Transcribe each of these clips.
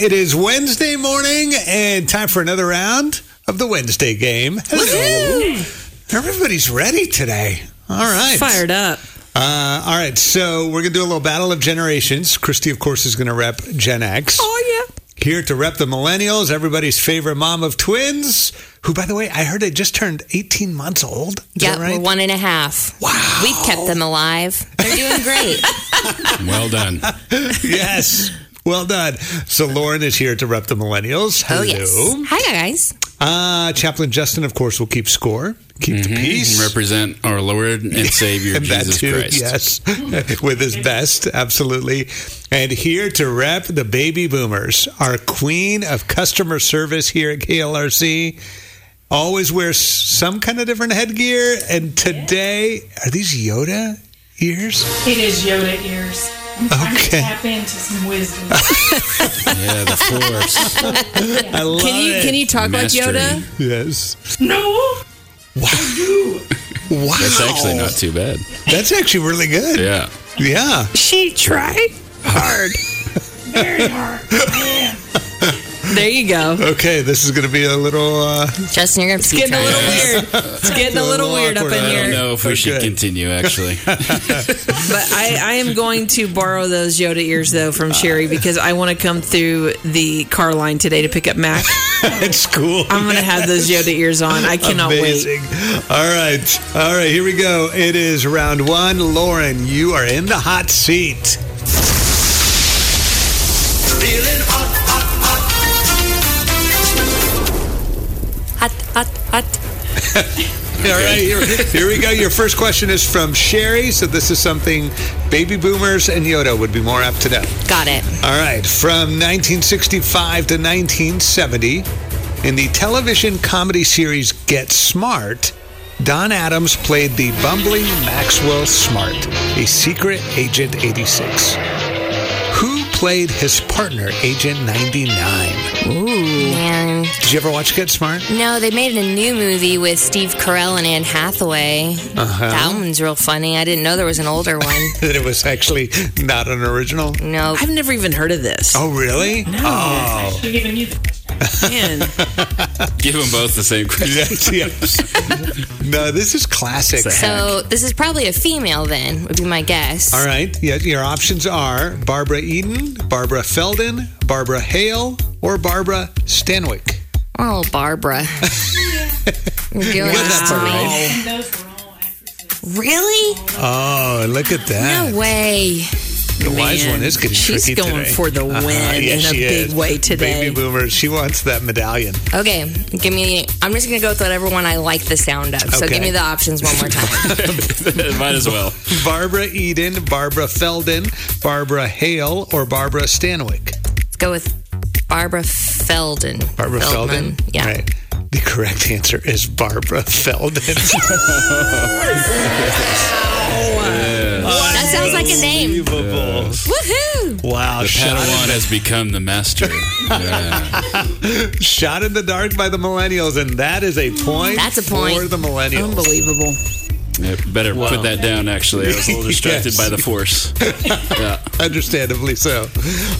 It is Wednesday morning and time for another round of the Wednesday game. Hello. Everybody's ready today. All right. Fired up. Uh, all right. So we're going to do a little battle of generations. Christy, of course, is going to rep Gen X. Oh yeah. Here to rep the millennials, everybody's favorite mom of twins, who, by the way, I heard they just turned 18 months old. Is Yeah, that right? we're one and a half. Wow. We've kept them alive. They're doing great. Well done. yes. Well done. So Lauren is here to rep the millennials. Hello. Oh, yes. Hi, guys. Uh, Chaplain Justin, of course, will keep score, keep the peace. Represent our Lord and Savior and that Mm-hmm. Jesus too, Christ. yes, with his best, absolutely. And here to rep the baby boomers, our queen of customer service here at KLRC. Always wears some kind of different headgear. And today, are these Yoda ears? It is Yoda ears. I'm trying to Okay. tap into some wisdom. Yeah, the force. I love Can you it. can you talk like Mastery. Yoda? Yes. no, Wow. That's actually not too bad. That's actually really good. Yeah. Yeah. She tried. Hard. very hard. Man. There you go. Okay, this is going to be a little. Uh, Justin, you're going to It's be getting a little trying. weird. It's getting a little weird up in awkward. I don't here. know if we should Okay. continue, actually. But I, I am going to borrow those Yoda ears though from Sherry because I want to come through the car line today to pick up Mac. it's cool. I'm gonna have those Yoda ears on. I cannot wait. Amazing. All right. All right. Here we go. It is round one. Lauren, you are in the hot seat. Hot, hot, hot. All right. Here, here we go. Your first question is from Sherry. So this is something baby boomers and Yoda would be more apt to know. Got it. All right. From 1965 to 1970, in the television comedy series Get Smart, Don Adams played the bumbling Maxwell Smart, a secret agent 86. Who played his partner, Agent 99? Man. Did you ever watch Get Smart? No, they made a new movie with Steve Carell and Anne Hathaway. Uh-huh. That one's real funny. I didn't know there was an older one. That it was actually not an original? No. I've never even heard of this. Oh, really? Oh. I should have given you the man. Give them both the same question. Yes, yes. no, this is classic. So this is probably a female then, would be my guess. All right. Yeah, your options are Barbara Eden, Barbara Felden, Barbara Hale, or Barbara Stanwyck. Oh, Barbara. You're doing this to me. and those were all actresses. Really? Oh, look at that. No way. the wise one is getting She's tricky going today. Uh-huh. for the win yes, in a she big is. way today. Baby boomers. She wants that medallion. Okay, give me. I'm just gonna go with whatever one I like the sound of. So Okay. give me the options one more time. Might as well. Barbara Eden, Barbara Felden, Barbara Hale, or Barbara Stanwyck. Let's go with Barbara Felden. Barbara Felden. Yeah. Right. The correct answer is Barbara Felden. That sounds like a name. Unbelievable. Woohoo! Wow. The shot in Padawan has become the master. Yeah. Shot in the dark by the millennials, and that is a point. That's a point. for the millennials. Unbelievable. Yeah, better put that down, actually. I was a little Yes. distracted by the force. Understandably so.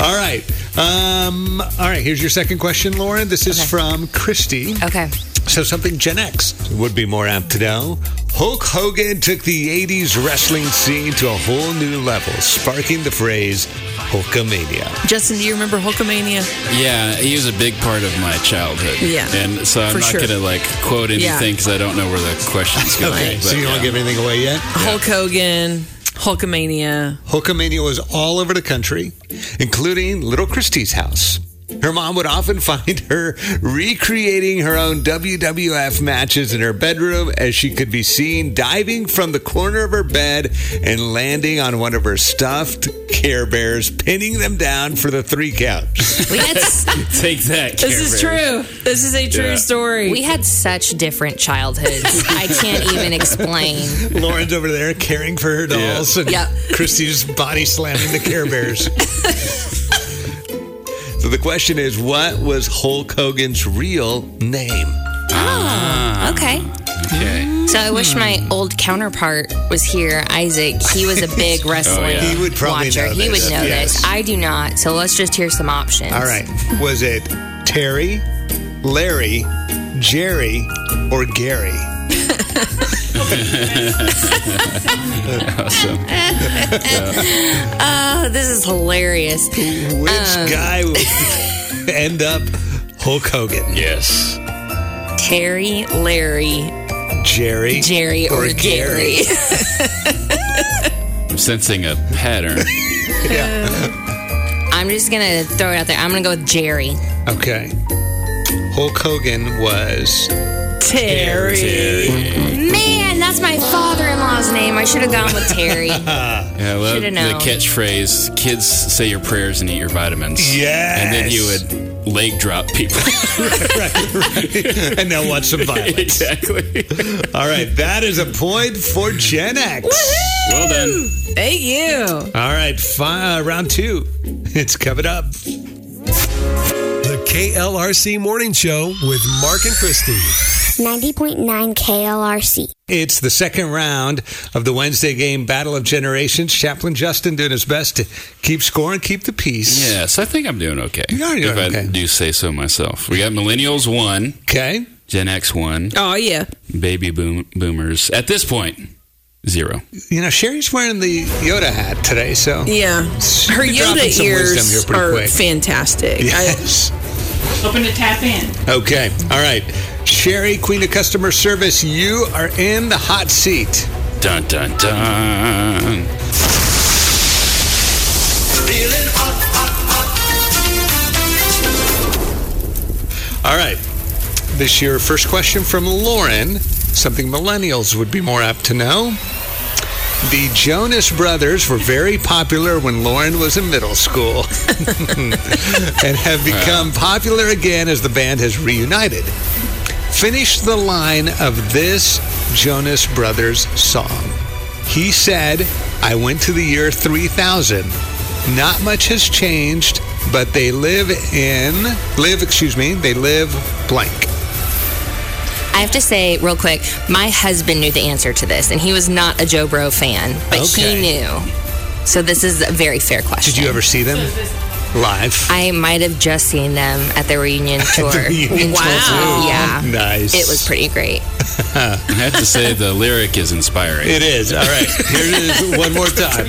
All right, um, all right. Here's your second question, Lauren. This is Okay. from Christy. Okay. So something Gen X would be more apt to know. Hulk Hogan took the '80s wrestling scene to a whole new level, sparking the phrase Hulkamania. Justin, do you remember Hulkamania? Yeah, he was a big part of my childhood. Yeah. And so I'm For not sure. going to, like, quote Yeah. anything because I don't know where the question's going. Okay, so you don't give anything away yet. Hulk Hogan, Hulkamania. Hulkamania was all over the country, including Little Christie's house. Her mom would often find her recreating her own WWF matches in her bedroom as she could be seen diving from the corner of her bed and landing on one of her stuffed Care Bears, pinning them down for the three count. We had s- Take that, This is Care Bears. true. This is a true Yeah. story. we had such different childhoods. I can't even explain. Lauren's over there caring for her dolls, and Yep. Christy's body slamming the Care Bears. so the question is, what was Hulk Hogan's real name? Oh, okay. Okay. So I wish Hmm. my old counterpart was here, Isaac. He was a big wrestling yeah. He Oh, would probably watcher. know he this, would know yes. this. I do not. So let's just hear some options. All right. Was it Terry, Larry, Jerry, or Gary? Awesome. Oh, this is hilarious. Which Um. guy will end up Hulk Hogan? Yes. Terry, Larry, Jerry, Jerry, or, Gary. I'm sensing a pattern. I'm just gonna throw it out there. I'm gonna go with Jerry. Okay. Hulk Hogan was Terry. Man, that's my father-in-law's name. I should have gone with Terry. Yeah, I love Shoulda known. the catchphrase kids say your prayers and eat your vitamins. Yes. And then you would leg drop people. and now watch some violence. exactly. All right, that is a point for Gen X. Well done. Hey, you. All right, fi- uh, round two. It's coming up. The KLRC Morning Show with Mark and Christy. 90.9 KLRC. It's the second round of the Wednesday game, Battle of Generations. Chaplain Justin doing his best to keep score and keep the peace. Yes, I think I'm doing okay. You are doing if I okay. do say so myself. We got millennials one, Okay. Gen X one, Oh, yeah. baby boom boomers. At this point, zero. You know, Sherry's wearing the Yoda hat today, so. Yeah. Her You're dropping Yoda some wisdom here ears pretty are quick. fantastic. I, Yes. Hoping to tap in. Okay. All right. Sherry, Queen of Customer Service, you are in the hot seat. Dun dun dun. All right. This year, first question from Lauren, something millennials would be more apt to know. The Jonas Brothers were very popular when Lauren was in middle school and have become popular again as the band has reunited. Finish the line of this Jonas Brothers song. He said, I went to the year 3000. Not much has changed, but they live in, live, excuse me, they live blank. I have to say real quick, my husband knew the answer to this, and he was not a Joe Bro fan, but Okay. he knew. So this is a very fair question. Did you ever see them Uh, live? I might have just seen them at the reunion tour. reunion in tour, 2000. too. Yeah. Nice. It was pretty great. I have to say the lyric is inspiring. It is. All right. Here it is one more time.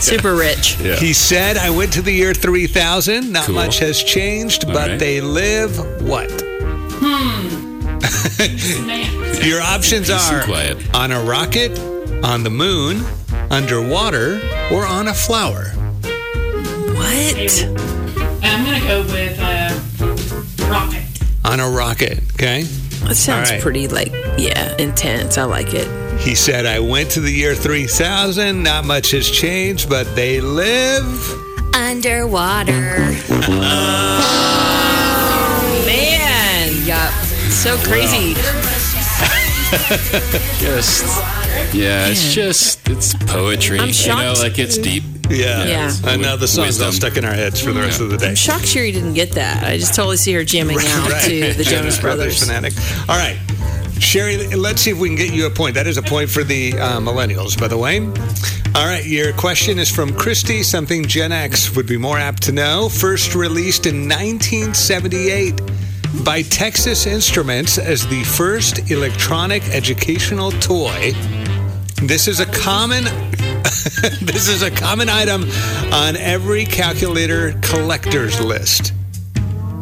super rich. Yeah. He said, I went to the year 3000. Not Cool. much has changed, but right. they live what? Man. Your options Peace and are quiet. on a rocket, on the moon, underwater, or on a flower. What? I'm gonna go with uh, Rocket. On a rocket, okay? That sounds All right. pretty, like, yeah, intense. I like it. He said, I went to the year 3000. Not much has changed, but they live. Underwater. Man. Yup. So crazy. Just yeah, it's just it's poetry. I'm You know, shocked. like it's deep. Yeah. Yeah. And now the song's all Wisdom. stuck in our heads for the rest of the day. Shocked Sherry didn't get that. I just totally see her jamming out Right. to the Jonas Brothers. fanatic. All right. Sherry, let's see if we can get you a point. That is a point for the uh, millennials, by the way. All right, your question is from Christy, something Gen X would be more apt to know. First released in 1978 by Texas Instruments as the first electronic educational toy. This is a common this is a common item on every calculator collector's list.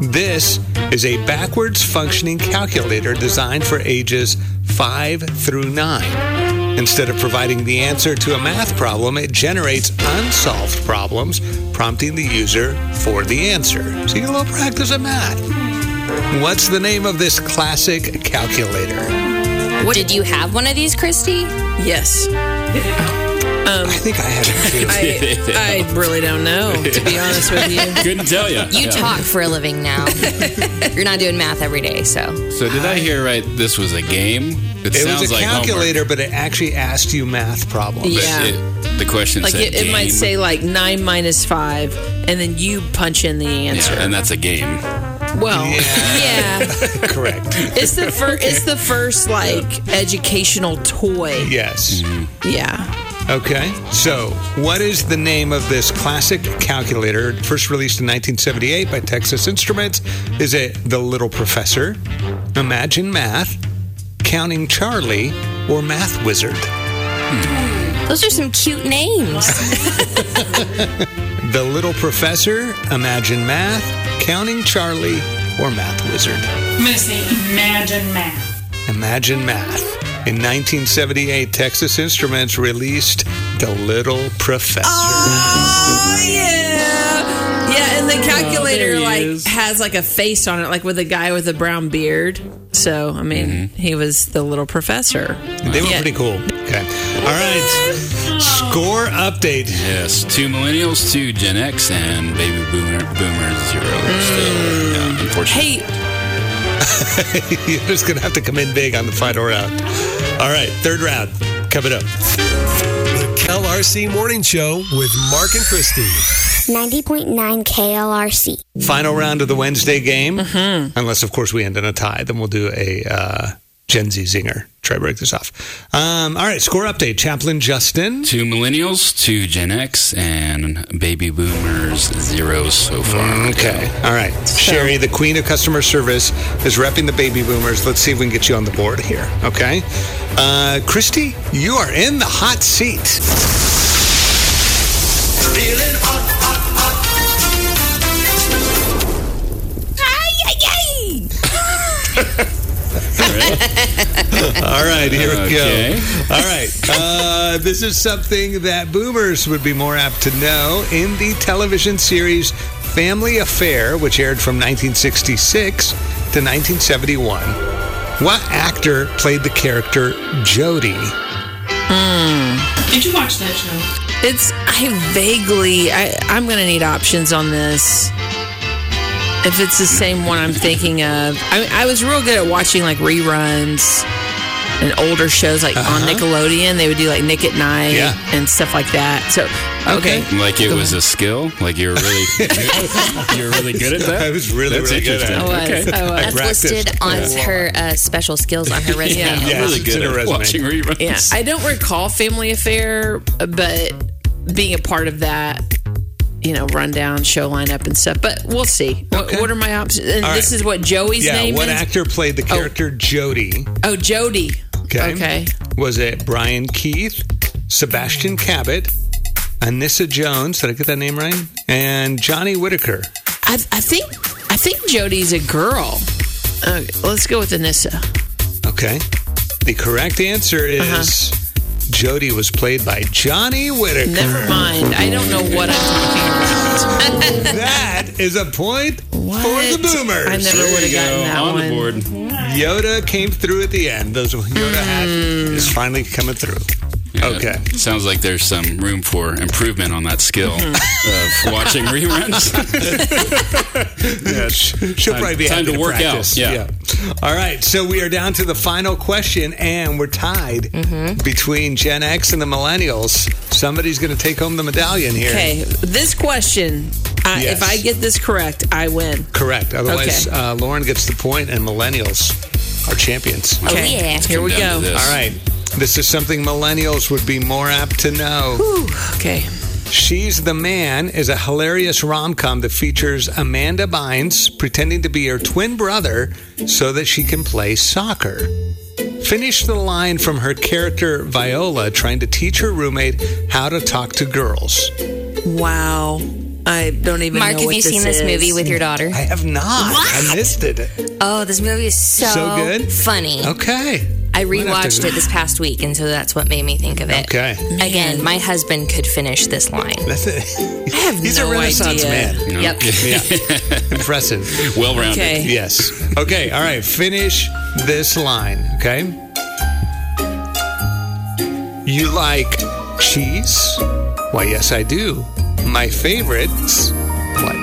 This is a backwards functioning calculator designed for ages 5 through 9. Instead of providing the answer to a math problem, it generates unsolved problems, prompting the user for the answer. So you get a little practice at math. What's the name of this classic calculator? Did you have one of these, Christy? Yes. I think I have it too. I, I really don't know, to be honest with you. Couldn't tell you. You talk for a living now. You're not doing math every day, so. So did I hear right? This was a game. It, It sounds was a like homework, calculator, but it actually asked you math problems. but Yeah. it- the question Like, said it, it might game. say, like, nine minus five, and then you punch in the Yeah, answer. and that's a game. Well, Yeah. Correct. it's the first. It's the first like educational toy. Yes. Yeah. Okay. So, what is the name of this classic calculator? First released in 1978 by Texas Instruments. Is it The Little Professor, Imagine Math, Counting Charlie, or Math Wizard? Those are some cute names. The Little Professor, Imagine Math, Counting Charlie, or Math Wizard? I'm gonna say imagine math. Imagine Math. In 1978, Texas Instruments released The Little Professor. Oh yeah. Yeah, and the calculator Oh, he like is. has like a face on it, like with a guy with a brown beard. So I mean, he was the little They professor. were Mm-hmm. Yeah. pretty cool. Okay. All right. Score update. Yes, two millennials, two Gen X, and baby boomer, boomer zero. Still, yeah, unfortunately. Mm. Hey, You're just going to have to come in big on the final round. All right. Third round. Coming up. The KLRC Morning Show with Mark and Christy. 90.9 KLRC. Final round of the Wednesday game. Unless, of course, we end in a tie. Then we'll do a uh, Gen Z zinger. Try to break this off. Um, all right. Score update. Chaplain Justin. Two millennials, two Gen X, and baby boomers zero so far. Mm, Okay. All right. Sherry, the queen of customer service, is repping the baby boomers. Let's see if we can get you on the board here. Okay. Uh, Christy, you are in the hot seat. All right, here we Okay. go. All right, uh, this is something that boomers would be more apt to know in the television series Family Affair, which aired from 1966 to 1971. What actor played the character Jody? Did you watch that show? it's I vaguely I I'm gonna need options on this. If it's the same one I'm thinking of, I I was real good at watching like reruns and older shows like on Nickelodeon. They would do like Nick at Night Uh-huh. Yeah. and stuff like that. So okay. Like it was a skill. Like you're really, you're really good at that. I was really, That's really good at interesting. I was. Oh, I was. Oh, That's listed on her uh, special skills on her resume. Yeah. Yeah, really it's good in her at resume. watching reruns. Yeah, I don't recall Family Affair, but being a part of that, you know, rundown show lineup and stuff. But we'll see. What, what are my options? And All this right. is what Joey's Yeah, name what is. actor played Oh. the character Jody? oh, Jody. Okay. Okay. Was it Brian Keith, Sebastian Cabot, Anissa Jones? Did I get that name right? And Johnny Whitaker. I, I think I think Jody's a girl. Okay, let's go with Anissa. Okay. The correct answer is Uh-huh. Jody was played by Johnny Whitaker. Never mind. I don't know what I'm talking about. That is a point for the What? boomers. I never would have gotten that on one. the board. Yoda came through at the end. Those Yoda hat Hmm. is finally coming through. Okay. Sounds like there's some room for improvement on that skill Mm-hmm. of watching reruns. She'll Time- probably be time happy to work out. practice. Yeah. All right. So we are down to the final question, and we're tied Mm-hmm. between Gen X and the Millennials. Somebody's going to take home the medallion here. Okay, this question. I, Yes. If I get this correct, I win. Correct. Otherwise, Okay. uh, Lauren gets the point, and Millennials are champions. Oh, Okay, yeah. here we Come down to go. this. All right. This is something Millennials would be more apt to know. Ooh, okay. She's the Man is a hilarious rom com that features Amanda Bynes pretending to be her twin brother so that she can play soccer. Finish the line from her character Viola trying to teach her roommate how to talk to girls. Wow. I don't even Mark, know have what you seen this is. movie with your daughter? I have not. I What? missed it. Oh, this movie is so, So good? funny. Okay. I We'll have to- rewatched it this past week, and so that's what made me think of it. Okay. Again, my husband could finish this line. That's it. I have He's no a renaissance idea. man. Yep. Impressive. well rounded. Okay. Yes. Okay. All right. Finish this line. Okay. You like cheese? Why, yes, I do. My favorites. What?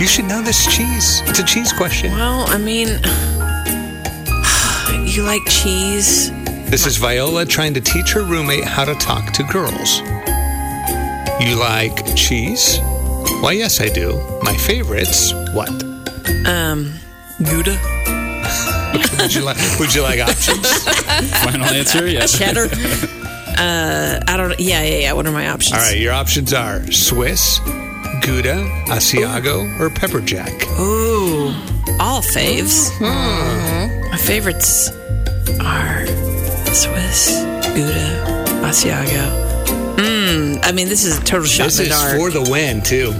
You should know this cheese. It's a cheese question. Well, I mean, you like cheese? This is Viola trying to teach her roommate how to talk to girls. You like cheese? Why, yes, I do. My favorites. What? Um, Gouda. Would you like? Would you like options? Final answer, yeah. cheddar. uh, I don't. Yeah, yeah, yeah. What are my options? All right, your options are Swiss, Gouda, Asiago, or Pepper Jack. Oh, Ooh, all faves. Mm-hmm. My favorites are Swiss, Gouda, Asiago. Mmm. I mean, this is a total shot This in is the dark. for the win too.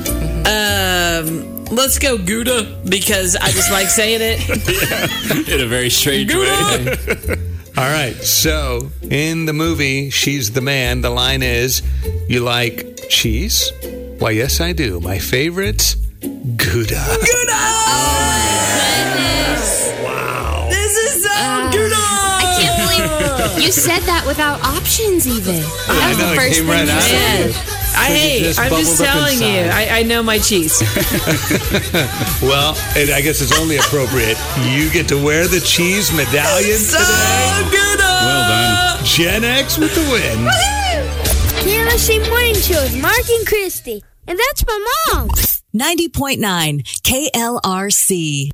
um, let's go Gouda because I just like saying it. In a very strange way. Gouda. All right. So in the movie, she's the man. The line is, "You like cheese? Why, yes, I do. My favorite, Gouda." Oh, Oh, This is so Gouda. Uh, I can't believe you said that without options, even. That was know, it the first came right thing you out of said. you. I It hate. just I'm just bubbled up telling you. inside. I, I know my cheese. Well, and I guess it's only appropriate. You get to wear the cheese medallion so today. good. Well done. Gen X with the win. KLRC Morning Show with Mark and Christy. And that's my mom. 90.9 KLRC.